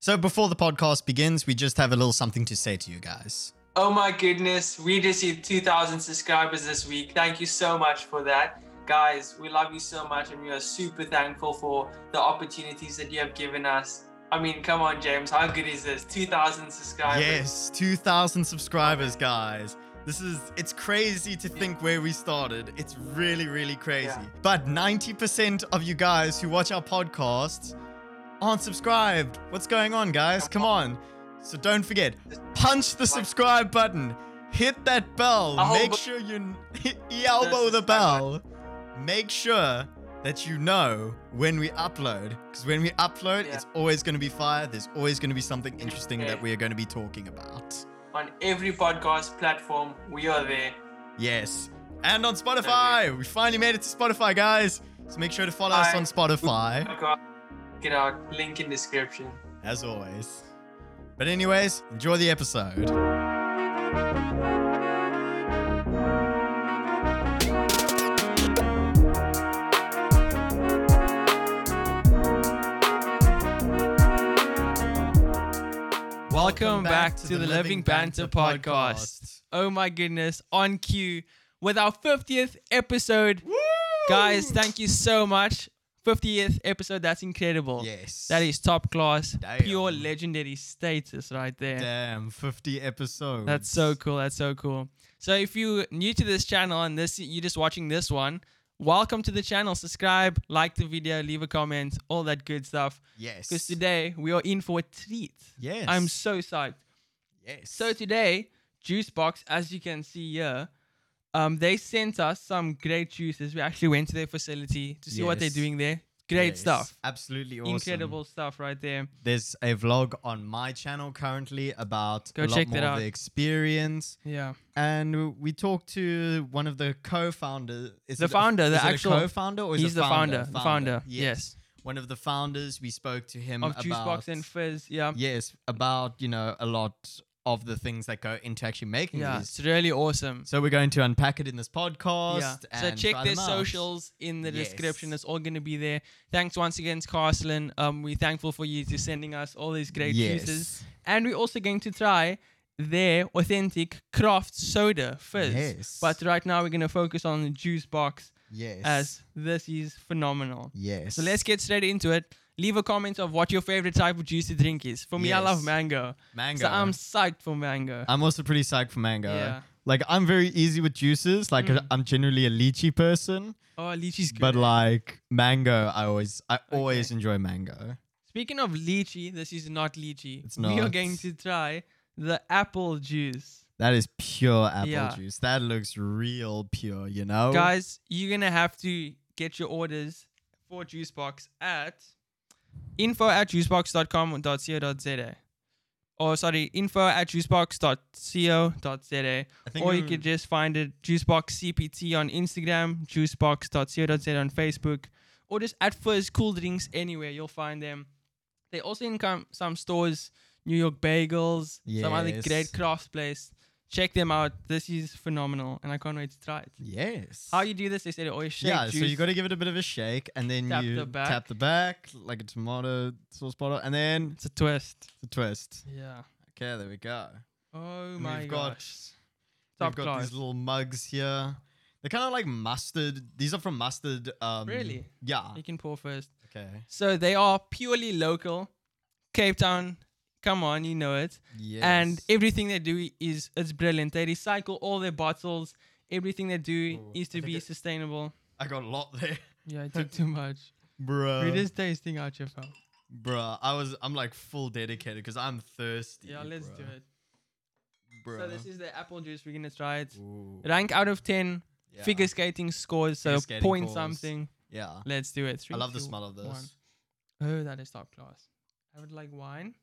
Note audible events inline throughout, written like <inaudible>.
So before the podcast begins, we just have a little something to say to you guys. Oh my goodness, we just hit 2,000 subscribers this week. Thank you so much for that. Guys, we love you so much and we are super thankful for the opportunities that you have given us. I mean, come on, James, how good is this? 2,000 subscribers. Yes, 2,000 subscribers, guys. This is, it's crazy to think where we started. It's really, really crazy. Yeah. But 90% of you guys who watch our podcasts aren't subscribed. What's going on, guys? Come on. So don't forget, punch the subscribe button, hit that bell, I'll make bo- sure you <laughs> elbow the subscribe bell, make sure that you know when we upload. Because when we upload, Yeah. it's always going to be fire. There's always going to be something interesting Okay. that we are going to be talking about. On every podcast platform, we are there. Yes. And on Spotify. We finally made it to Spotify, guys. So make sure to follow us Hi. on Spotify, Get our link in description. as always. But, anyways, enjoy the episode. Welcome back to the Living Banter podcast. Oh my goodness, on cue with our 50th episode. Woo! Guys, thank you so much. 50th episode, that's incredible. Yes. That is top class, Damn. pure legendary status right there. Damn, 50 episodes. That's so cool. That's so cool. So if you're new to this channel and this you're just watching this one, welcome to the channel. Subscribe, like the video, leave a comment, all that good stuff. Yes. Because today we are in for a treat. Yes. I'm so psyched. Yes. So today, Juicebox, as you can see here, um, they sent us some great juices. We actually went to their facility to see what they're Yes. doing there. Great Yes, stuff. Absolutely awesome. Incredible stuff right there. There's a vlog on my channel currently about Go a lot check more that of out. the experience. Yeah. And we talked to one of the co-founders. Is The it a- founder, the is it a actual- co-founder, or is He's it the founder. founder? The founder. Yes. One of the founders. We spoke to him Of about Juicebox and Fizz. Yeah. yes, about you know a lot of the things that go into actually making Yeah. these. It's really awesome. So we're going to unpack it in this podcast. Yeah. So and check try their them out. socials in the description. Yes. It's all going to be there. Thanks once again, Carslin. Um, we're thankful for you to sending us all these great juices. Yes. And we're also going to try their authentic craft soda fizz. Yes. But right now we're going to focus on the juice box Yes. as this is phenomenal. yes. So let's get straight into it. Leave a comment of what your favorite type of juice to drink is. For me, I love Yes. mango. mango. So I'm psyched for mango. I'm also pretty psyched for mango. Yeah. Like I'm very easy with juices. Like Mm. I'm generally a lychee person, oh, lychee's good. but like mango, I always I always Okay. enjoy mango. Speaking of lychee, this is not lychee. It's We are not. going to try the apple juice. That is pure apple Yeah. juice. That looks real pure, you know. Guys, you're going to have to get your orders for Juicebox at info at juicebox.com.co.za. Or, sorry, info at juicebox.co.za. I think Or you I'm- could just find it Juicebox CPT on Instagram, juicebox.co.za on Facebook, or just at Fizz Cool Drinks anywhere. You'll find them. They also in com- some stores, New York Bagels, some other Yes. great crafts place. Check them out. This is phenomenal, and I can't wait to try it. yes. How you do this? They said always shake yeah, juice. so you got to give it a bit of a shake, and then Tap you the back. tap the back like a tomato sauce bottle, and then it's a twist. the twist. Yeah. Okay, there we go. Oh And my we've got- gosh. Top We've got class. these little mugs here. They're kind of like mustard. These are from mustard. Um, Really? Yeah. You can pour first. Okay. So they are purely local. Cape Town, come on, you know it. Yes. And everything they do is it's brilliant. They recycle all their bottles. Everything they do Ooh, is I to think be it- sustainable. I got a lot there, <laughs> Yeah, it took too much. bro. We're just tasting out your phone. Bruh, I was I'm like full dedicated because I'm thirsty. Yeah, let's do it. Bruh. So this is the apple juice. We're gonna try it. Ooh, Rank out of ten. yeah. Figure skating scores. So Figure skating point scores. something. Yeah, Let's do it. Three, I love the two, smell of this. one. Oh, that is top class. I would like wine.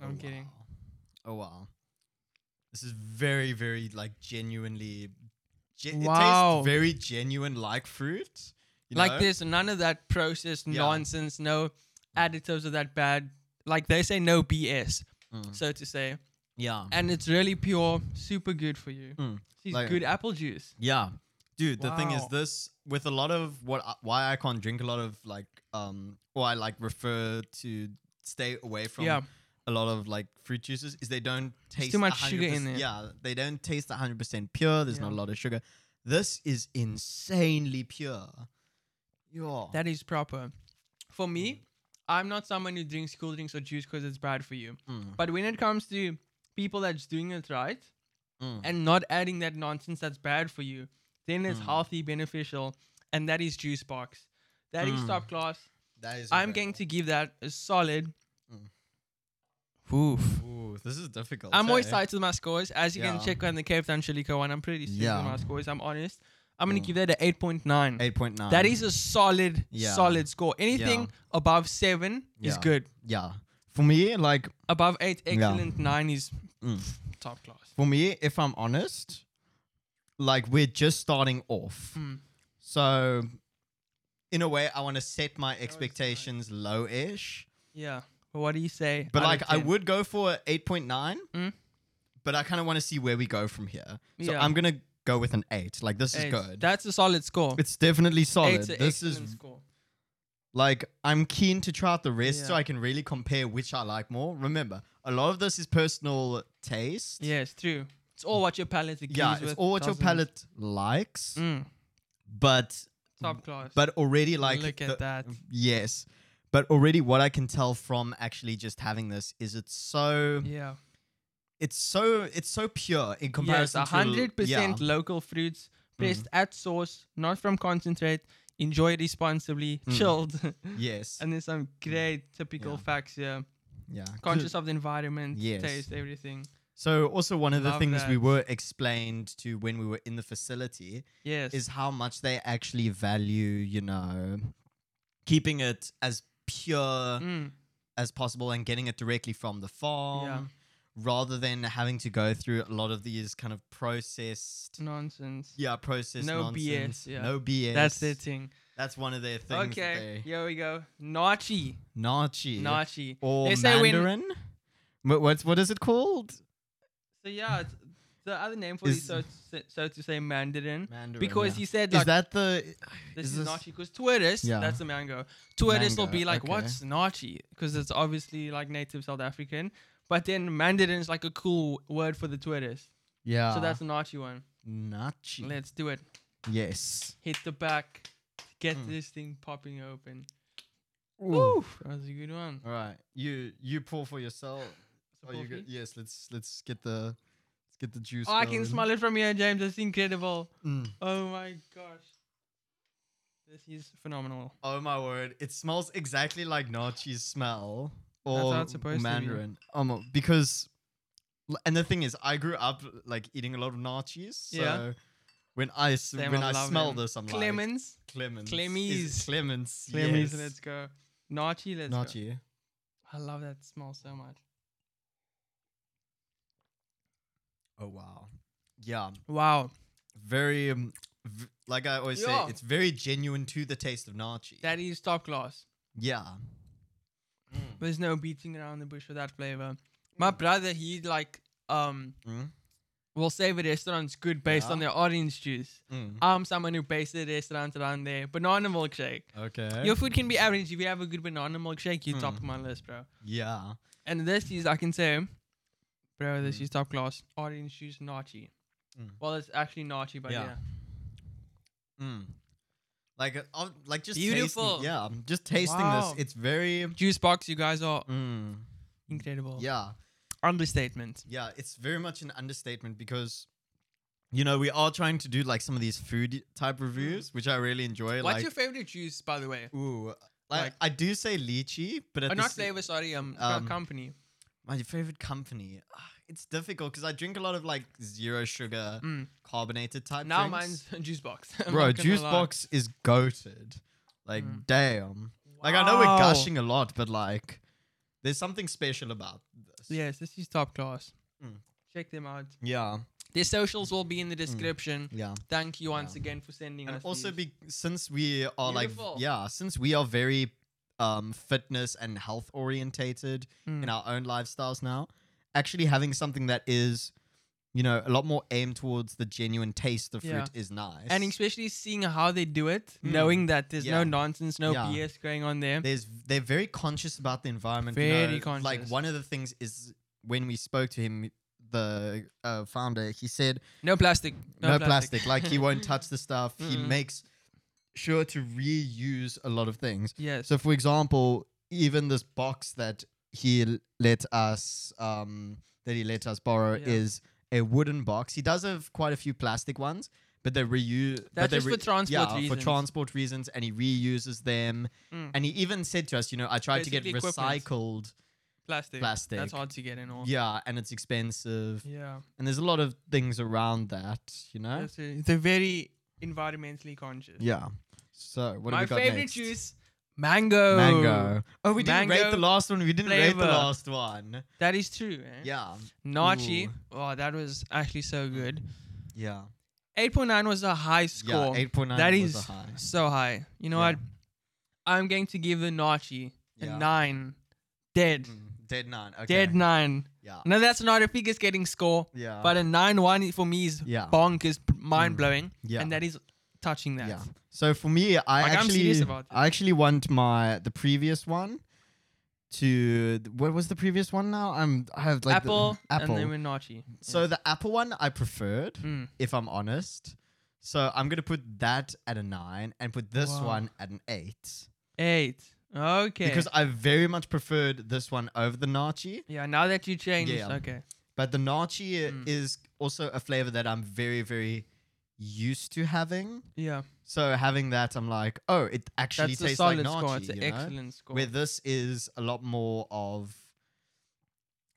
Oh, I'm kidding. wow. Oh wow, this is very very like genuinely. Gen- Wow. It tastes very genuine like fruit. You like know? there's none of that processed Yeah. Mm. nonsense, no additives of that bad. Like they say, no BS, Mm. so to say. Yeah. And it's really pure, super good for you. Mm, It's like- good apple juice. Yeah. Dude, the thing is Wow. this with a lot of what I- why I can't drink a lot of like um or I like refer to stay away from Yeah. a lot of like fruit juices is they don't taste too much sugar 100% in it. Yeah, they don't taste 100% pure. There's not a Yeah. lot of sugar. This is insanely pure. Yeah. That is proper. For Mm. me, I'm not someone who drinks cool drinks or juice because it's bad for you. Mm, But when it comes to people that's doing it right mm. and not adding that nonsense that's bad for you, then it's Mm. healthy, beneficial, and that is juice box. That is Mm. top class. That is I'm going to give that a solid. Mm. Oof. incredible. Ooh, this is difficult. I'm always eh? tight with my scores. As you Yeah. can check on the Cape Town Chilico one, I'm pretty strict Yeah. with my scores. I'm honest. I'm going Mm. to give that a 8.9. 8.9. That is a solid, Yeah. solid score. Anything above seven is Yeah. good. Yeah. For me, like Above eight, Yeah. excellent. Nine is Mm. top class. for me, if I'm honest, like we're just starting off. Mm. So in a way, I want to set my expectations low ish. Yeah. But what do you say? But out like of I 10? would go for a 8.9. Mm. But I kind of want to see where we go from here. So Yeah. I'm going to go with an 8. Like this Eight. is good. That's a solid score. it's definitely solid. Eight's an This is excellent score. Like, I'm keen to try out the rest so Yeah. I can really compare which I like more. Remember, a lot of this is personal taste. Yeah, it's true. It's all what your palate agrees Yeah, it's with, all what your doesn't. palate likes, Mm, but top class. but already like Look the- at that. Yes. But already what I can tell from actually just having this is it's so Yeah. it's so it's so pure in Yes, comparison to hundred yeah, Mm-hmm. percent local fruits pressed at source, not from concentrate. Enjoy responsibly, Mm. chilled. <laughs> Yes. and there's some great typical Yeah. facts here. yeah. 'Cause- Conscious of the environment, Yes. taste, everything. So also one of the Love things we that. were explained to when we were in the facility Yes. is how much they actually value, you know, keeping it as pure Mm, as possible and getting it directly from the farm rather than having to go through a lot of these kind of processed nonsense. yeah, processed Mm. No BS, nonsense. yeah. No BS. That's their thing. That's one of their things. Okay, That they, here we go. Nachi. Nachi. Nachi. Or They say when- Mandarin. Wha- What's what is it called? So, yeah, it's the other name for Is- these, so to, say, so to say, Mandarin. Mandarin. Because yeah. he said, is like, that the this is is, this- Nachi. Because Twitters, Yeah. that's a mango. Twitters will Mango, be like, okay. what's Nachi? Because it's obviously like native South African. But then Mandarin is like a cool word for the Twitters. yeah So that's the Nachi one. Nachi. Let's do it. yes. hit the back, get Mm. this thing popping open. Ooh. Oof, that was a good one. All right, you you pour for yourself. So Oh, you for go- me- yes, let's let's get the let's get the juice. Oh, I can going. smell it from here, James. That's incredible. Mm. Oh my gosh, this is phenomenal. Oh my word! It smells exactly like Nachi's smell how or it's supposed to be. Mandarin. Um, uh, because l- and the thing is, I grew up like eating a lot of Nachis. So Yeah. when I s- Same, when I I, love smell them. this, I'm like Clemens, Clemens. Clemmies. Clemens. Clemens, yes. let's go. Nachi, let's go. Nachi. I love that smell so much. Oh wow. Yeah. Wow, Very. Um, v- like I always Yeah. say, it's very genuine to the taste of Nachi. that is top class. yeah. Hmm. There's no beating around the bush for that flavor. My brother, he like um Mm. will say the restaurant's good based Yeah. on their orange juice. Mm. I'm someone who bases the restaurant around their banana milkshake. Okay. Your food can be average. If you have a good banana milkshake, you top Mm. of my list, bro. yeah. And this is, I can say, bro, Hmm. this is top class. Orange juice, nachi. Mm. Well, it's actually nachi, but Yeah. yeah. Mm. Like, uh, I'll- like just tasting- Beautiful. yeah, just tasting Wow. this. It's very. Juice box, you guys are Mm, incredible. yeah, Understatement. yeah. It's very much an understatement because, you know, we are trying to do like some of these food type reviews, which I really enjoy. Mm. What's like, your favorite juice, by the way? ooh, uh, like, like- I do say lychee, but at Uh, the not sa- flavor, sorry. Um, co- um, company. my favorite company. Ah, It's difficult because I drink a lot of like zero sugar Mm. carbonated type. Now drinks. mine's <laughs> juice box. I'm Bro, not gonna juice lie. box is goated. Like, Mm. damn. Like I know we're Wow. gushing a lot, but like there's something special about this. Yes, this is top class. Mm. Check them out. Yeah. Their socials will be in the description. Yeah. Thank you once Yeah. again for sending And us. also these. be since we are Beautiful. like yeah, since we are very um fitness and health orientated Mm. in our own lifestyles now, actually having something that is you know, a lot more aimed towards the genuine taste of fruit Yeah. is nice. And especially seeing how they do it, Mm. knowing that there's Yeah. no nonsense, no Yeah. BS going on there. there's they're very conscious about the environment. you Very know, Like conscious. one of the things is when we spoke to him, the uh, founder, he said No plastic. Mm-hmm. no, plastic. <laughs> Like he won't touch the stuff. He Mm-mm. makes sure to reuse a lot of things. yes. So, for example, even this box that he l- let us um, that he let us borrow Yeah. is a wooden box. He does have quite a few plastic ones, but they reuse. but That's they just for transport yeah, for reasons. transport reasons, and he reuses them. Mm. And he even said to us, you know, I tried to Basically get equipment. recycled. plastic. plastic. That's hard to get in all. Yeah, and it's expensive, Yeah. and there's a lot of things around that, you know. That's it. They're very environmentally conscious. Yeah. So what My have we got favorite next? juice, mango. Mango. Oh, we didn't rate Mango the last one. We didn't rate the flavor. last one. That is true. Eh? Yeah. Nachi. Ooh. Oh, that was actually so good. Yeah. 8.9 was a high Yeah. score. Eight point nine. That was is a high. so high. You know Yeah. what? I'm going to give the Nachi a Yeah. nine. Dead. Mm, Dead nine. Okay. Dead nine. Yeah. No, that's not a biggest getting score, Yeah. but a nine one for me is Yeah. Mm. bonkers, mind blowing, Yeah. and that is touching that. yeah. So for me, I Like, I'm serious actually, about I actually want my the previous one to what was the previous one now? I'm I have like the- apple, apple. and then with Nachi. so the apple one I preferred. Mm. if I'm honest. So I'm gonna put that at a nine and put this Wow. one at an eight Eight. Okay. because I very much preferred this one over the nachi. yeah, now that you changed, Yeah. okay. But the nachi Mm. is also a flavor that I'm very very used to having. Yeah, So having that, I'm like, oh, it actually that's a tastes solid like score. It's nachi. an You know? excellent score. Where this is a lot more of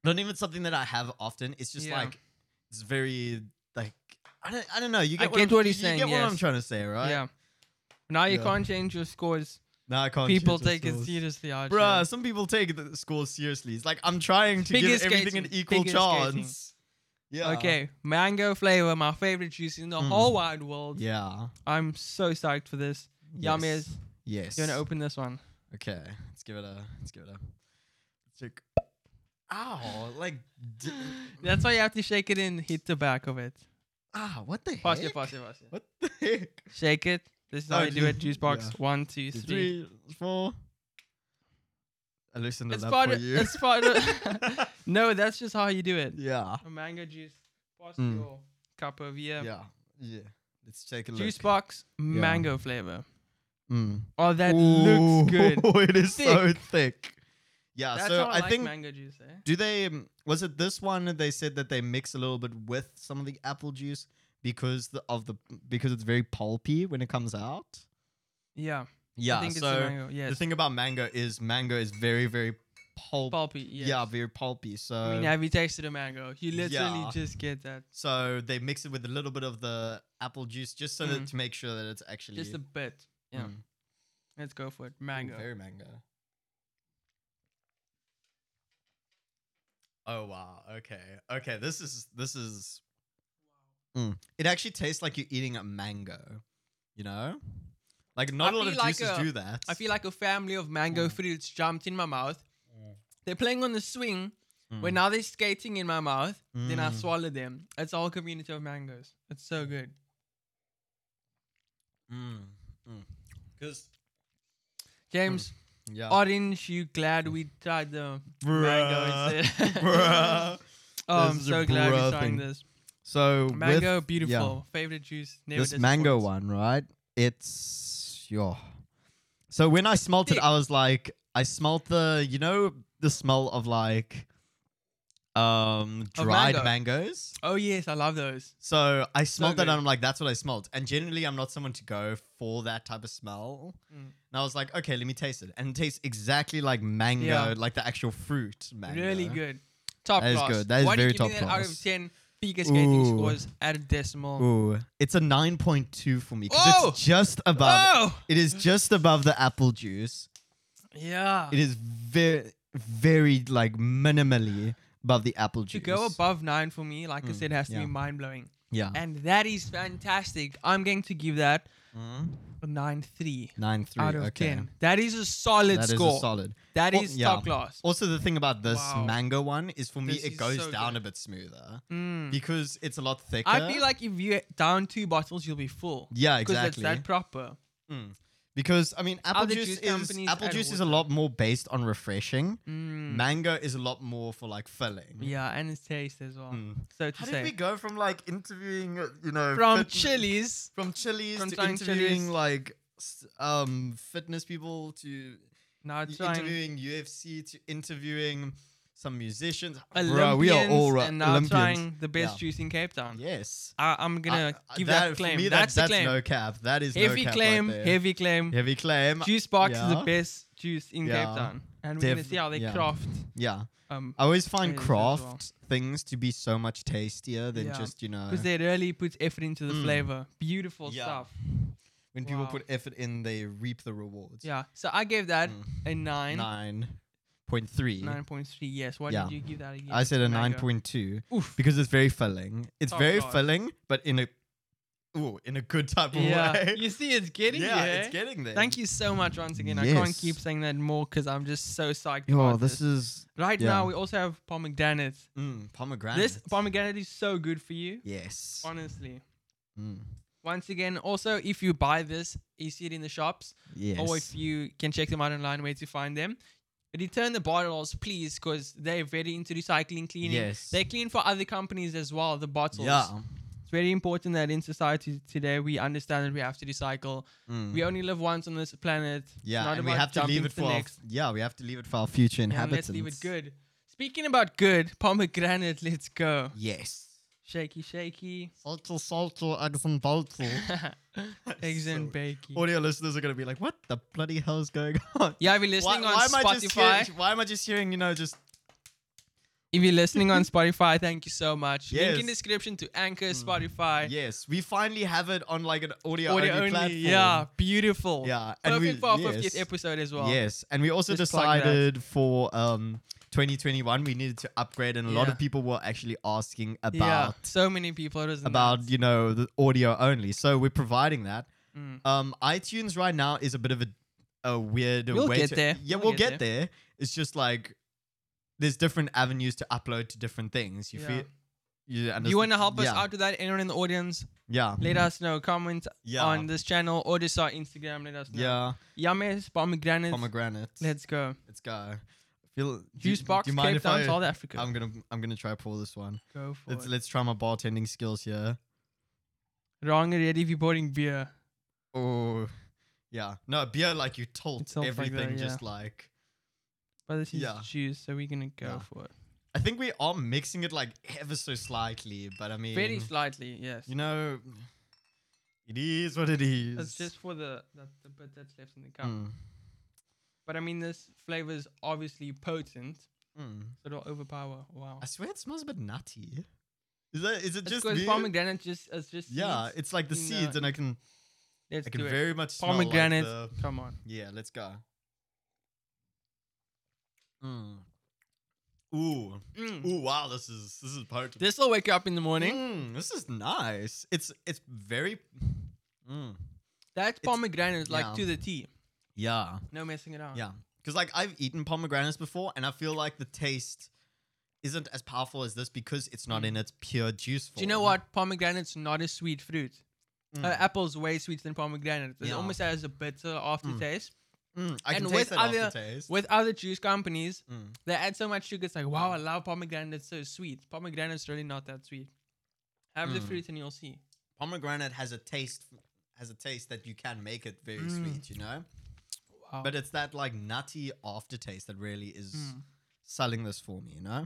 not even something that I have often. It's just Yeah. like it's very like I don't I don't know. You I get what get I'm- what you- he's you saying, Get what I'm yes. trying to say, right? Yeah. Now you Yeah. can't change your scores. No, I can't. People choose the take it scores. seriously, Archie. Bruh, some people take the scores seriously. It's like I'm trying to Figure give everything an skating, equal figure skating. chance. Yeah. Okay, mango flavor, my favorite juice in the Mm. whole wide world. Yeah. I'm so psyched for this. Yummies. Yes. You wanna open this one? Okay. Let's give it a. Let's give it a. Check. Ow! Like. D- <gasps> That's why you have to shake it and hit the back of it. ah! What the Pass heck? it, pass it, pass it. What the heck? Shake it. This is how Oh, you do it. ju- Juice box. yeah. One, two, three. Three, four. I loosened it It's up part for of. you. It's part of. no, that's just how you do it. <laughs> yeah. A mango juice. Pass Mm. your cup over here. Yeah. Yeah. Let's take a look. Juice box, mango flavor. Mm. Oh, that Ooh, looks good. <laughs> it is so thick. Yeah, That's so how I, I like think mango juice. Eh? do they um, was it this one that they said that they mix a little bit with some of the apple juice because the, of the because it's very pulpy when it comes out. Yeah. Yeah, I think so it's the mango. the Yes. thing about mango is mango is very very pulp. Pulpy. Yes. Yeah, very pulpy. So I mean, have you tasted a mango? You literally Yeah. just get that. so they mix it with a little bit of the apple juice just so that Mm. to make sure that it's actually Just a bit. Yeah. Mm. Let's go for it. Ooh, Mango. Very mango. Oh wow. Okay. Okay. This is this is. Mm. It actually tastes like you're eating a mango. You know, like not a lot feel of like juices a- do that. I feel like a family of mango Mm. fruits jumped in my mouth. Mm. They're playing on the swing. When Mm. now they're skating in my mouth, then I Mm. swallow them. It's a whole community of mangoes. It's so good. Mm. Because James, Mm. yeah. orange, you glad we tried the mango <laughs> instead? <laughs> <laughs> Bruh. oh, I'm This is a so glad bruh we're trying thing. this. So Mango, with, beautiful. yeah. Favorite juice. Never this mango disappoints. one, right? It's your. So when I smelt it, Thick. I was like, I smelt the, you know, the smell of like, um, Of dried mango. mangoes. Oh, yes, I love those. So I smelled that, good. and I'm like, that's what I smelled. And generally, I'm not someone to go for that type of smell. Mm. And I was like, okay, let me taste it, and it tastes exactly like mango, Yeah. like the actual fruit mango. Really good. Top That is class. good. That is Why do you very give top me that Out class. of 10 biggest skating Ooh. scores at a decimal. Ooh, it's a nine point two for me. 'cause Oh! it's just above. Oh! It is just above the apple juice. Yeah. It is very, very like minimally above the apple juice. To go above nine for me, like I Mm, said, has to yeah. Ah. be mind blowing. Yeah. and that is fantastic. I'm going to give that a nine three Nine Hmm? three. out of okay. ten. That is a solid That is a score. solid. That Well, is yeah. top class. Also, the thing about this Wow. mango one is for me, This it is goes so down good. a bit smoother Mm. because it's a lot thicker. I feel like if you down two bottles, you'll be full. yeah, Because exactly. that's that proper. Mm. Because I mean, apple Other juice, juice is companies apple add juice is a water. lot more based on refreshing. Mm. Mango is a lot more for like filling. Yeah, and its taste as well. Mm. So to How did say, we go from like interviewing, uh, you know, from fit- chilies, from chilies From to trying interviewing chilies. like s- um fitness people to y- now trying interviewing UFC to interviewing some musicians. Olympians, Bruh, we are all right. and now trying the best Yeah. juice in Cape Town. Yes. I, I'm gonna I- I- give that, for claim. me, that- that's, that's a claim. no cap. That is no heavy, cap right claim there. heavy claim. heavy claim. Juice box is yeah. the best juice in Yeah. Cape Town, and we're Def- gonna see how they yeah. Uh, craft. Yeah, Um, I always find It is as well. craft things to be so much tastier than Yeah. just you know because they really put effort into the Mm. flavor. Beautiful Yeah. stuff. when people Wow. put effort in, they reap the rewards. Yeah. So I gave that Mm. a nine. nine point three. Nine point three. Yes. Why Yeah. did you give that again? I said a nine Mango. point two <laughs> Oof. because it's very filling. It's Oh, very God. filling, but in a ooh, in a good type of Yeah. way. <laughs> You see, it's getting yeah, there. it's getting there. Thank you so much once again. I can't Yes. keep saying that more because I'm just so psyched. Yo, about this is right yeah. now. We also have pomegranate. mm, pomegranate. This pomegranate is so good for you. Yes. Honestly. Mm, Once again, also if you buy this, you see it in the shops, yes. or if you can check them out online where to find them. Return the bottles, please, because they're very into recycling, cleaning. Yes. They clean for other companies as well, the bottles. yeah. It's very important that in society today we understand that we have to recycle. Mm. We only live once on this planet. It's yeah, not and we about have to jumping leave it for the our, next. yeah, we have to leave it for our future And inhabitants. let's leave it good. Speaking about good, pomegranate, <laughs> let's go. Yes. Shaky, shaky. <laughs> Salty, salty, eggs and bolty. Eggs and <laughs> bacon. Audio listeners are gonna be like, "What the bloody hell's going on?" Yeah, if you're listening on Am I just Spotify, hearing, why am I just hearing? You know, just if you're <laughs> listening on Spotify, thank you so much. Link Yes. Mm. in description to Anchor, Spotify, yes, we finally have it on like an audio, only, audio only. platform. Yeah, beautiful. yeah, perfect for our 50th yes, episode as well. Yes, and we also Just plug that. decided for um 2021 we needed to upgrade, and a lot Yeah. of people were actually asking about yeah. So many people. It was about nuts. you know the audio only. So we're providing that. Mm. Um, iTunes right now is a bit of a a weird We'll way get to, there. Yeah, we'll, We'll get, get there. It's just like there's different avenues to upload to different things. You Yeah. feel you understand? You want to help us yeah. out with that? Anyone in the audience, Yeah, let us know. Comment yeah, on this channel or just our Instagram. Let us know. yeah. Yummies, pomegranates. Pomegranate. Let's, Let's go. go. I feel Juice do, box, Do you mind Cape if Town, I, um, South Africa. I'm gonna I'm gonna try pour this one. go for Let's it. let's try my bartending skills here. Wrong already if you're pouring beer. Oh, yeah. No beer like you It tilt tilts like that, everything yeah. just like. But this is Yeah. juice, so we're gonna go Yeah. for it. I think we are mixing it like ever so slightly, but I mean, Very slightly, yes. you know, it is what it is. It's just for the that, the bit that's left in the cup. Mm. But I mean, this flavor is obviously potent, Mm. so it'll overpower. Wow. I swear it smells a bit nutty. Is that? Is it It's just because me? pomegranate just it's just Yeah, seeds. it's like the No, seeds, and I can Let's I can do it. very much smell like Pomegranate. the- Come on. yeah, let's go. Mm. Ooh, Mm. ooh, wow! This is this is potent. This will wake you up in the morning. Mm, this is nice. It's it's very. Mm. That's It's- pomegranate, like yeah. to the T. Yeah. No messing it up. Yeah. Because, like, I've eaten pomegranates before, and I feel like the taste isn't as powerful as this because it's not in its pure juice form. Mm. Do you know what? Pomegranate's not a sweet fruit. Mm. Uh, apple's way sweeter than pomegranate. It Yeah. almost has a bitter aftertaste. Mm, I can and taste with that other- aftertaste. With other juice companies, Mm. they add so much sugar. It's like, wow, I love pomegranate. It's so sweet. Pomegranate's really not that sweet. Have the Mm. fruit and you'll see. Pomegranate has a taste has a taste that you can make it very Mm. sweet, you know. Wow. But it's that like nutty aftertaste that really is Mm. selling this for me, you know.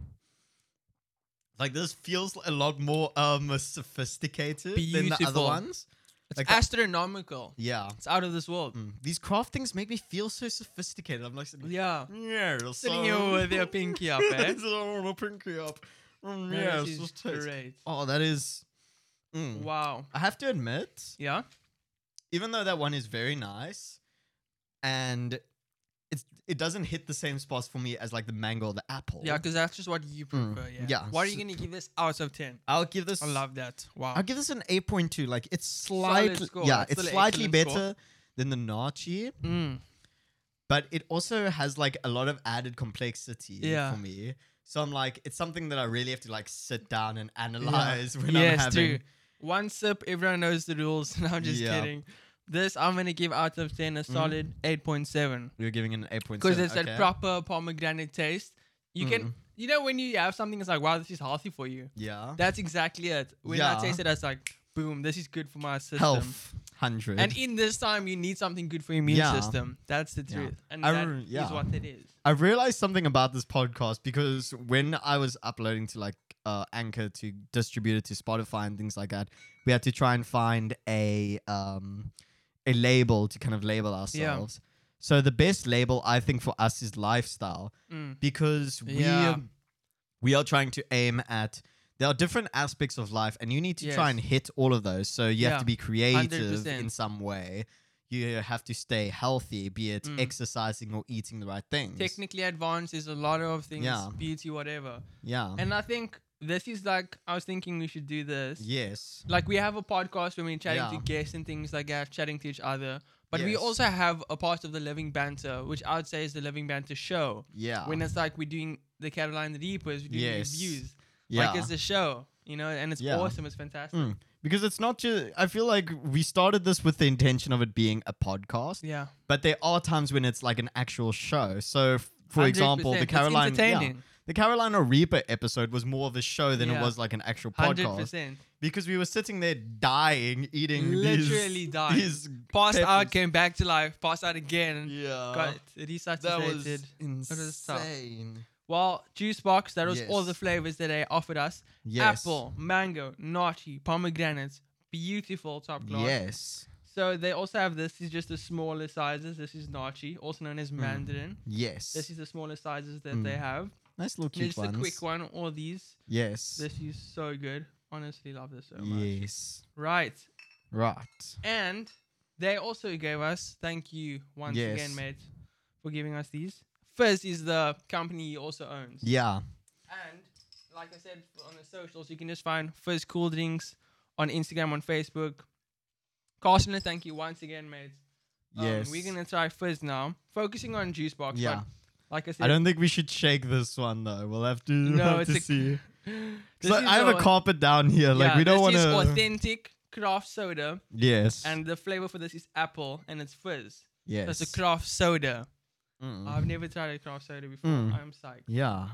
Like this feels a lot more um sophisticated than the other Beautiful. ones. It's like the- astronomical. Yeah. It's out of this world. Mm. These craft things make me feel so sophisticated. I'm like, Yeah. yeah, so, Sitting here with <laughs> your pinky up, <laughs> eh? It's all my pinky up. Mm, Man, yeah, this it's is just taste. great. Oh, that is. Mm. Wow. I have to admit, Yeah. even though that one is very nice, and it's it doesn't hit the same spots for me as like the mango or the apple. Yeah, because that's just what you Mm, prefer. Yeah. yeah, What are you so- gonna give this out of ten? I'll give this. I love that. Wow. I'll give this an eight point two. Like it's Solid slightly, score. yeah, That's it's still an slightly excellent better score. than the nachi, Mm. but it also has like a lot of added complexity Yeah. for me. So I'm like, it's something that I really have to like sit down and analyze when I'm yes, having. too. One sip, everyone knows the rules. <laughs> No, I'm just Yeah. Mm. kidding. This I'm gonna give out of ten a solid eight point seven You're giving it an eight point two because it's that proper pomegranate taste. You Hmm. can, you know, when you have something, it's like, wow, this is healthy for you. yeah That's exactly it. When Yeah. I taste it, I was like, boom, this is good for my system. health hundred. And in this time, you need something good for your immune Yeah. system. That's the Yeah. truth, and I that is re- yeah. what it is. I realized something about this podcast because when I was uploading to like uh, Anchor to distribute it to Spotify and things like that, we had to try and find a um, a label to kind of label ourselves. So the best label I think for us is lifestyle Mm. because we um, Yeah. we are trying to aim at there are different aspects of life and you need to try Yes. and hit all of those. So you Yeah. have to be creative 100%. in some way. You have to stay healthy, be it Mm. exercising or eating the right things. Technically advanced is a lot of things, Yeah. beauty, whatever. Yeah. And I think this is like I was thinking we should do this. yes. Like we have a podcast when we're chatting Yeah. to guests and things like that, chatting to each other. But we Yes. also have a part of the Living Banter, which I would say is the Living Banter show. Yeah. When it's like we're doing the Caroline Reapers, we're doing Ah. Yes. reviews. yeah. Like it's a show, you know, and it's Yeah. awesome. It's fantastic. Mm. because it's not just I feel like we started this with the intention of it being a podcast, Yeah. but there are times when it's like an actual show. So f- for 100%. example, the It's Caroline yeah, entertaining. the Carolina Reaper episode was more of a show than it Yeah. was like an actual podcast 100%. because we were sitting there dying eating these- Literally dying. these Passed out, peppers. came back to life, passed out again, yeah got resaturated. that was was tough. insane Well, juice box, that was all Yes. the flavors that they offered us. yes Apple, mango, naughty, pomegranates. Beautiful top class. yes So they also have this. This is just the smaller sizes. This is naughty, also known Hmm. as mandarin. yes This is the smaller sizes that Mm. they have. nice little There's cute just ones a quick one. All these. yes This is so good. Honestly, love this so much. yes Right. right And they also gave us, thank you once Yes. again, mate, for giving us these. First is the company he also owns. Yeah. And like I said f- on the socials, you can just find Fizz Cool Drinks on Instagram, on Facebook. Carson, thank you once again, mate. Um, yes. We're gonna try Fizz now, focusing on juice box. but Yeah. like I said, I don't think we should shake this one though. We'll have to, No, have it's to a- see. this So is I have au- a carpet down here. Like yeah, we don't want This is to. authentic craft soda, Yes. and the flavor for this is apple, and it's fizz. yes. That's a craft soda. Mm. I've never tried a craft soda before. Mm. I'm psyched. yeah.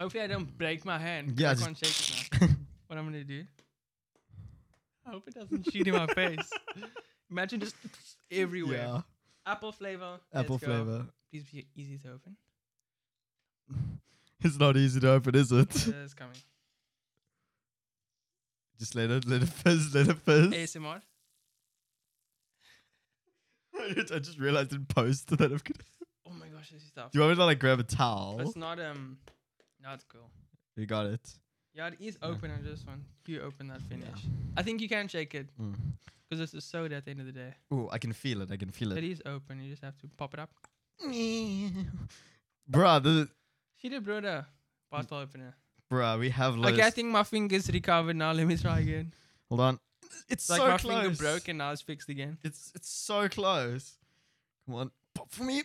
Hopefully, I don't break my hand. 'cause Yeah, I just- can't shake it now. what I'm gonna do? I hope it doesn't shoot <laughs> in my face. Imagine just everywhere. Yeah. Apple flavor. Apple let's go. flavor. Please be easy to <laughs> open. It's not easy to open, is it? <laughs> It's coming. Just let it, let it fizz, let it fizz. ASMR. <laughs> I just realized in post that I've. Do Oh my gosh, this is tough. you want me to like grab a towel? It's not um, not cool. You got it. Yeah, it is open on this one. You open that finish. Yeah. I think you can shake it Mm. because it's a soda at the end of the day. Ooh, I can feel it. I can feel It it. is open. You just have to pop it up. <laughs> bruh, this, She did, brother. Bottle opener. bruh, we have like. Okay, I think my finger's recovered now. Let me try again. Hold on. It's Like so my close. finger broke and now it's fixed again. It's it's so close. Come on, pop for me.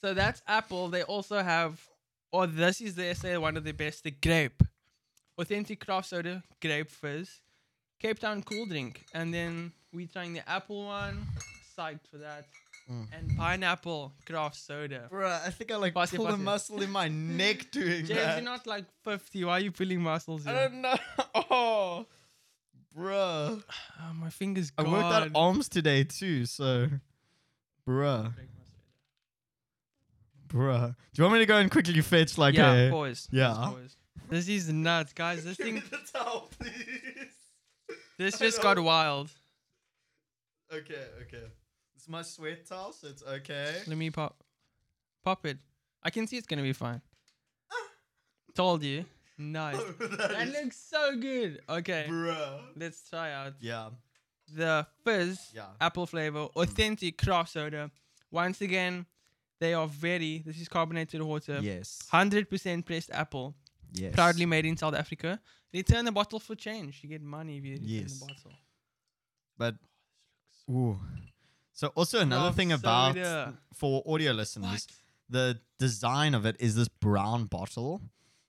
So that's Apple. They also have, or this is their say one of the best, the grape, authentic craft soda, grape fizz, Cape Town cool drink, and then we trying the apple one. Psyched for that, Mm. and pineapple craft <laughs> soda. Bruh, I think I like Pass it, pulled a pass it. muscle in <laughs> my neck doing James, that. you're not like 50. Why are you pulling muscles? I here? don't know. <laughs> Oh, bruh. Oh, my fingers. I Gone. worked out arms today too, so. Bruh, bruh. Do you want me to go and quickly fetch like Yeah, a? pause. just Yeah. pause. This is nuts, guys. This Give me <laughs> thing, the towel, please. this I just got know. wild. Okay, okay. It's my sweat towel, so it's okay. Let me pop, pop it. I can see it's gonna be fine. Told you. Nice. <laughs> That That is- looks so good. Okay, bruh. let's try out Yeah, the fizz yeah. apple flavor authentic craft soda. Once again, They are very, this is carbonated water, Yes. 100% pressed apple, Yes. proudly made in South Africa. Return the bottle for change. You get money if you return Yes. the bottle. But ooh. So also another Love uh, thing about soda. for audio listeners, the design of it is this brown bottle,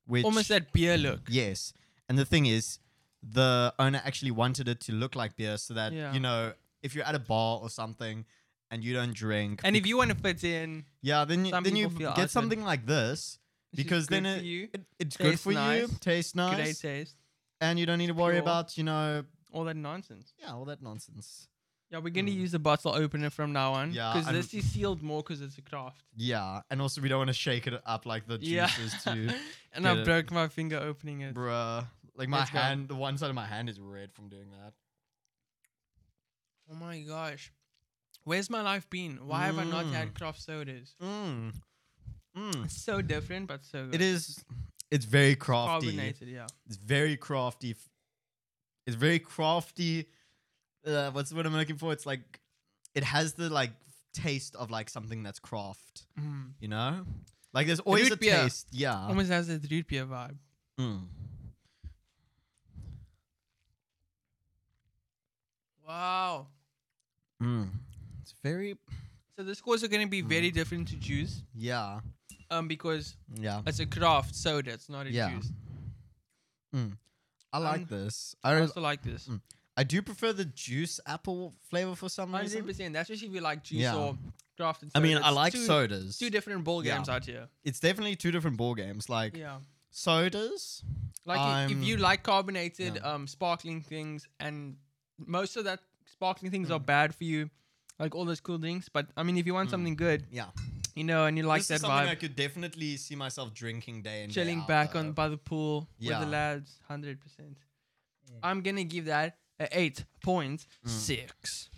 which Almost that beer look. yes. And the thing is, the owner actually wanted it to look like beer, so that Yeah. you know if you're at a bar or something and you don't drink, And if you want to fit in, yeah, then you, some then you people feel get open. something like this this is because good then for it, you. it- it's good Tastes for you, nice. tastes Great nice, taste. and you don't need to worry Pure. about you know All that nonsense. yeah all that nonsense. Yeah, we're gonna use the bottle opener from now on. Mm. Yeah, because I'm- this is sealed more because it's a craft. Yeah, and also we don't want to shake it up like the Yeah. juices too. <laughs> <laughs> And I Get it. broke my finger opening it. Bruh. Like my Let's go. hand, the one side of my hand is red from doing that. Oh my gosh. Where's my life been? Why have I not had craft sodas? Mm. Mm. It's so different, but so good. It is, it's very crafty. carbonated, yeah. It's very crafty. f- It's very crafty. Uh, what's what I'm looking for? It's like, it has the like taste of like something that's craft, Mm. you know? Like there's always root a beer. taste. Yeah. Almost has a root beer vibe. Mm. Wow. Mm. It's very, So the scores are going Mm. to be very different to juice, yeah. um, because Yeah. it's a craft soda. It's not a Yeah. juice. I like um, this. I I, also like this. Mm. I do prefer the juice apple flavor for some Hundred reason. percent. That's just if you like juice Yeah. or crafted. Soda. I mean, I It's like two, sodas. Two different ball Yeah. games out here. it's definitely two different ball games. Like Yeah. sodas, Like i- if I'm- you like carbonated, Um, yeah. um, sparkling things, and most of that sparkling things Mm. are bad for you, like all those cool drinks. But I mean, if you want something good, yeah. you know, and you like this is that something vibe, I could definitely see myself drinking day and day chilling out, back on though. by the pool Yeah. with the lads, hundred percent. Mm. I'm gonna give that a eight point six.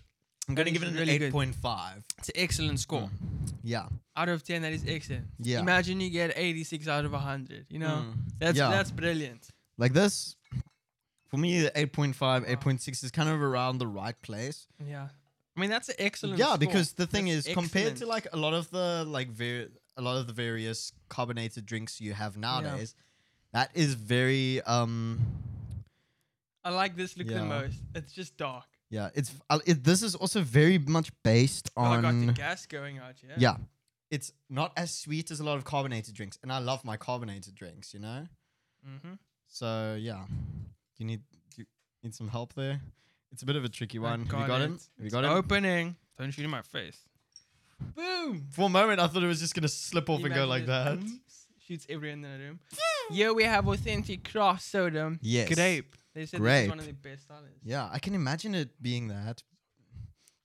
I'm gonna that give it is an really good. eight point five. It's an excellent score. Yeah. Out of ten, that is excellent. Mm. Yeah. Imagine you get eighty six out of hundred. You know, Mm. that's Yeah. that's brilliant. Like this, for me, the 8.5, 8.6 is kind of around the right place. Yeah. I mean, that's an excellent. yeah, score. because the thing That's is, compared to excellent. like a lot of the like ver- a lot of the various carbonated drinks you have nowadays, that is very um I like this look the Yeah. most. It's just dark. Yeah, it's uh, it, this is also very much based Oh, I got the on gas going out here. yeah, it's not as sweet as a lot of carbonated drinks, and I love my carbonated drinks, you know. Mm-hmm. So yeah, you need you need some help there. It's a bit of a tricky one. Have you got him? Have you got Oh, him? Opening. Don't shoot in my face. Boom. For a moment, I thought it was just gonna slip off and go Imagine like it, that. um, Shoots everyone in the room. Here we have authentic craft soda. Yes. Grape. They said this is one of the best sellers. Yeah, I can imagine it being that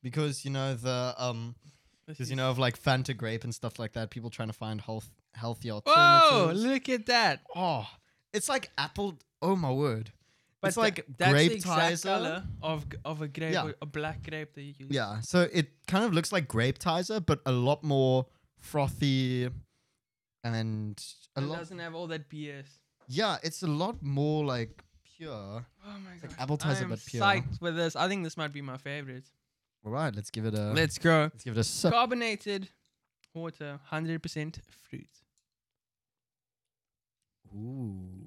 because you know the um This because you is- know of like Fanta grape and stuff like that. People trying to find health healthy Whoa! alternatives. Look at that. Oh, it's like apple. Oh my word! But it's like tha- that's grape the exact tizer. color of g- of a grape, Yeah. or a black grape that you use. Yeah, so it kind of looks like grape tizer, but a lot more frothy, and a It lot. doesn't have all that BS. Yeah, it's a lot more like pure. Oh my god. like apple tizer, I'm but pure. Psyched with this. I think this might be my favorite. All right, let's give it a let's, Let's go. give it a sip. Carbonated water, 100% fruit. Ooh,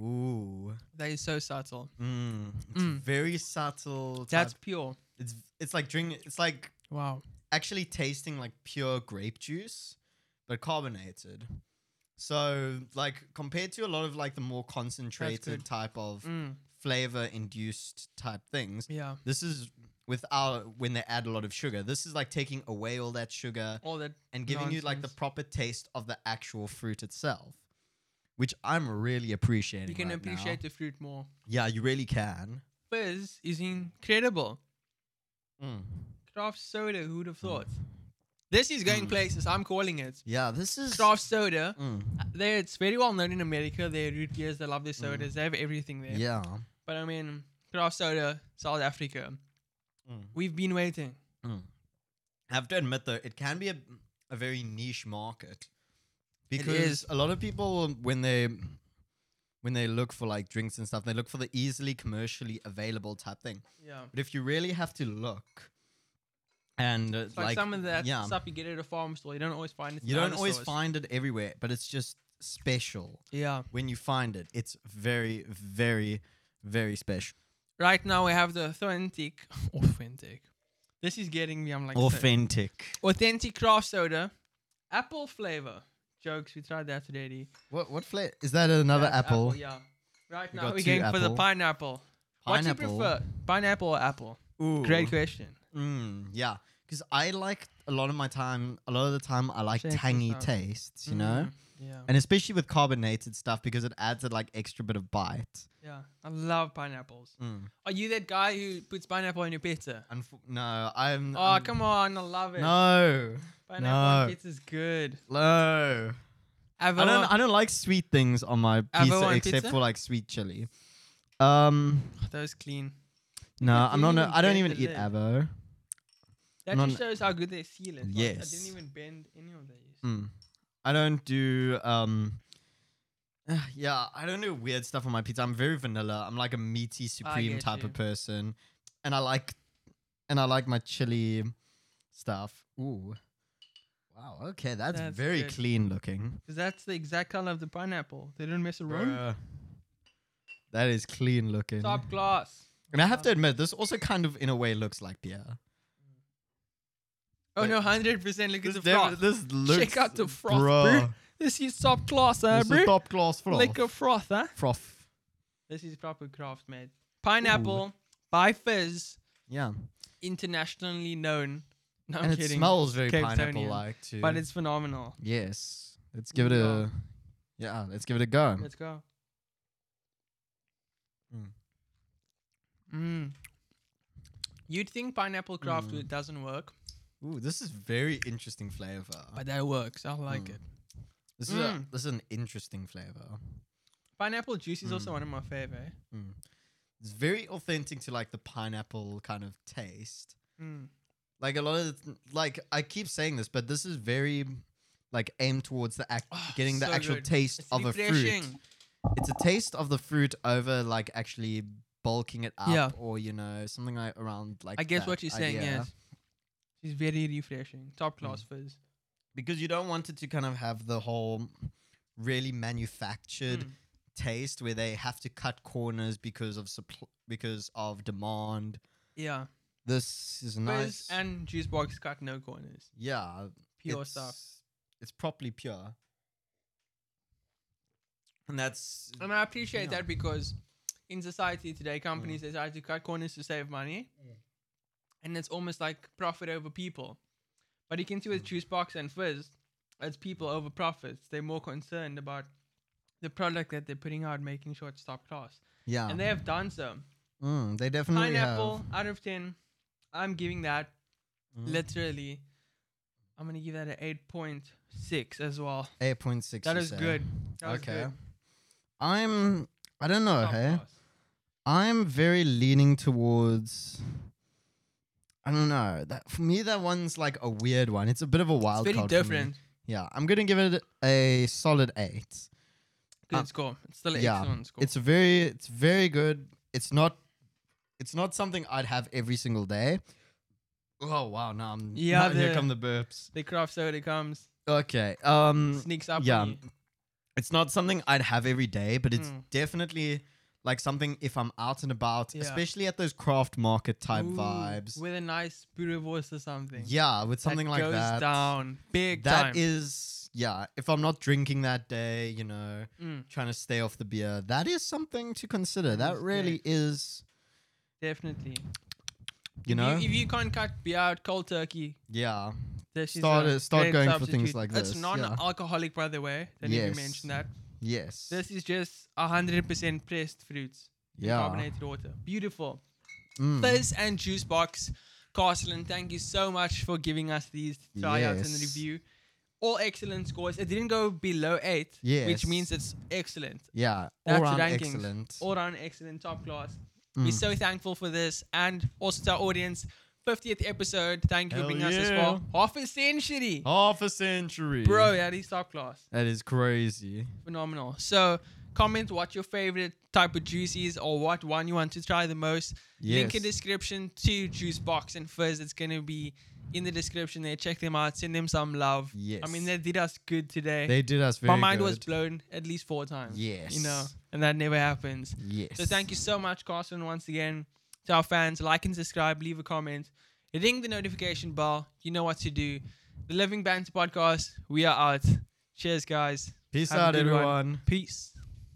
ooh, That is so subtle. mm, it's Mm. very subtle. Type. That's pure. it's it's like drink. It's like Wow. actually tasting like pure grape juice, but carbonated. So like compared to a lot of like the more concentrated good. type of Mm, flavor induced type things, yeah. this is without when they add a lot of sugar. This is like taking away all that sugar All that. and giving you like the Nonsense. proper taste of the actual fruit itself, which I'm really appreciating. You can right now. appreciate the fruit more. Yeah, you really can. Fizz is incredible. Mm. Craft soda, who'd have thought? Mm. This is going places. I'm calling it. Yeah, Mm. this is. Craft soda. Mm, They, it's very well known in America. They're root beers. They love their sodas. They have everything there. Mm. yeah. But I mean, craft soda, South Africa. Mm. We've been waiting. I have to admit though, it can be a, a very niche market because is. a lot of people when they when they look for like drinks and stuff, they look for the easily commercially available type thing. Yeah. But if you really have to look, and uh, It's like, some of that yeah. stuff you get at a farm store. You don't always find it. at You the don't other always stores. find it everywhere, but it's just special Yeah. when you find it. It's very, very, very special. Right now we have the authentic, <laughs> authentic. This is getting me. I'm like sick. Authentic. authentic craft soda, apple flavor. Jokes. We tried that already. What what flavor is that? Another That's apple? Yeah. Right We now got we're two going for the apple. pineapple. What do you prefer, pineapple or apple? Ooh. Great question. Mm, yeah, because I like a lot of my time. A lot of the time, I like Shake this tangy up. tastes. You know. Mm, Yeah. And especially with carbonated stuff because it adds a like extra bit of bite. Yeah. I love pineapples. Are you that guy who puts pineapple on your pizza? Unf- no, I'm. Oh, I'm- come on. I love it. No, Pineapple on no. pizza is good. no. Have I a- don't. I don't like sweet things on my Avo pizza on except pizza? for like sweet chili. Um, That was clean. <laughs> no, You I'm not. didn't no- even I don't break even the eat lid. avo. That Non- just shows how good their seal is. Like, I Yes. didn't even bend any of these. Mm. I don't do. Um, <sighs> yeah, I don't do weird stuff on my pizza. I'm very vanilla. I'm like a meaty supreme get type you. of person, and I like, and I like my chili stuff. Ooh, wow. Okay, that's, That's very good. clean looking. Because that's the exact color of the pineapple. They didn't mess around. Bruh. That is clean looking. Top glass. And I have to admit, this also kind of, in a way, looks like beer. Oh Wait. no, 100% look at This, the def- froth. this looks. Check out the froth, bruh. bruh. This is top class, uh, This is bro. top class froth. Liquor froth, huh? froth. This is proper craft, mate. Pineapple by Fizz, Yeah. internationally known. No, I'm and it kidding. smells very Cape pineapple Townian. like too. but it's phenomenal. yes. Let's give it Yeah. a yeah. Let's give it a go. Let's go. Mm. Mm. You'd think pineapple craft Mm. doesn't work, Ooh, this is very interesting flavor. but that works. I like Mm. it. This is a, Mm. this is an interesting flavor. Pineapple juice is also Mm. one of my favorite. It's very authentic to like the pineapple kind of taste. Mm. Like a lot of the- like I keep saying this, but this is very like aimed towards the act Oh, getting the so actual good. taste It's of a fruit. refreshing. it's a taste of the fruit over like actually bulking it up Yeah. or you know something like around like I guess that what you're saying idea. Hmm. is she's very refreshing. Top class fizz. because you don't want it to kind of have the whole really manufactured Mm. taste where they have to cut corners because of suppl- because of demand Yeah. this is nice Fizz and juice box cut no corners. yeah Pure it's, stuff. it's properly pure and that's And I appreciate Yeah. Hmm. that because in society today, companies decide to cut corners to save money. And it's almost like profit over people. But you can Hmm. see with Juice Box and Fizz, it's people over profits. They're more concerned about the product that they're putting out, making sure it's top class. yeah And they, they have done so. mm, they definitely Pineapple have out of 10. I'm giving that Mm. literally, I'm going to give that an 8.6 as well. 8.6 That you is say. good. That was okay good. Oh, i'm i don't know Top hey class. i'm very leaning towards i don't know that for me that one's like a weird one it's a bit of a It's wild very card for me. different. yeah i'm gonna give it a solid eight Good Uh, score. It's still an yeah, excellent score. it's a very it's very good it's not it's not something i'd have every single day oh wow now i'm Yeah, now here the- come the burps the craft soda comes, okay um sneaks up. yeah. on you. it's not something I'd have every day, but it's Mm. definitely like something if I'm out and about, Yeah. especially at those craft market type Ooh, vibes. with a nice voice or something. yeah, with something that like goes that. down big That time. is, yeah, if I'm not drinking that day, you know, Mm, trying to stay off the beer, that is something to consider. That That is really is, definitely. you If know, if you e- can't cut beer out cold turkey, yeah, this Start- is a start great going for things substitute. like this, It's yeah. non-alcoholic, by the way. Didn't Yes. even mention that. yes, This is just hundred percent pressed fruits, and yeah, carbonated water. Beautiful. Mm. Fizz and Juice Box. Carson, thank you so much for giving us these tryouts and Yes. review. All excellent scores. It didn't go below eight, Yes. which means it's excellent. yeah, all That's round rankings. excellent. All round excellent, top class. We're Mm. so thankful for this and also to our audience. 50th episode. Thank you Hell for being us this yeah. far. Half a century. Half a century, Bro, that is top class. That is crazy. Phenomenal. So, Comment what your favorite type of juice is or what one you want to try the most. Link in Yes. description to Juice Box and Fizz. It's going to be in the description there. Check them out. Send them some love. I Yes. mean, they did us good today. They did us very My mind was good. blown at least four times. You know, Yes. and that never happens. Yes. So thank you so much, Carson, once again. To our fans, like and subscribe, leave a comment, ring the notification bell. You know what to do. The Living Bands podcast, we are out. Cheers, guys. Peace Have a out, good one. everyone. Peace.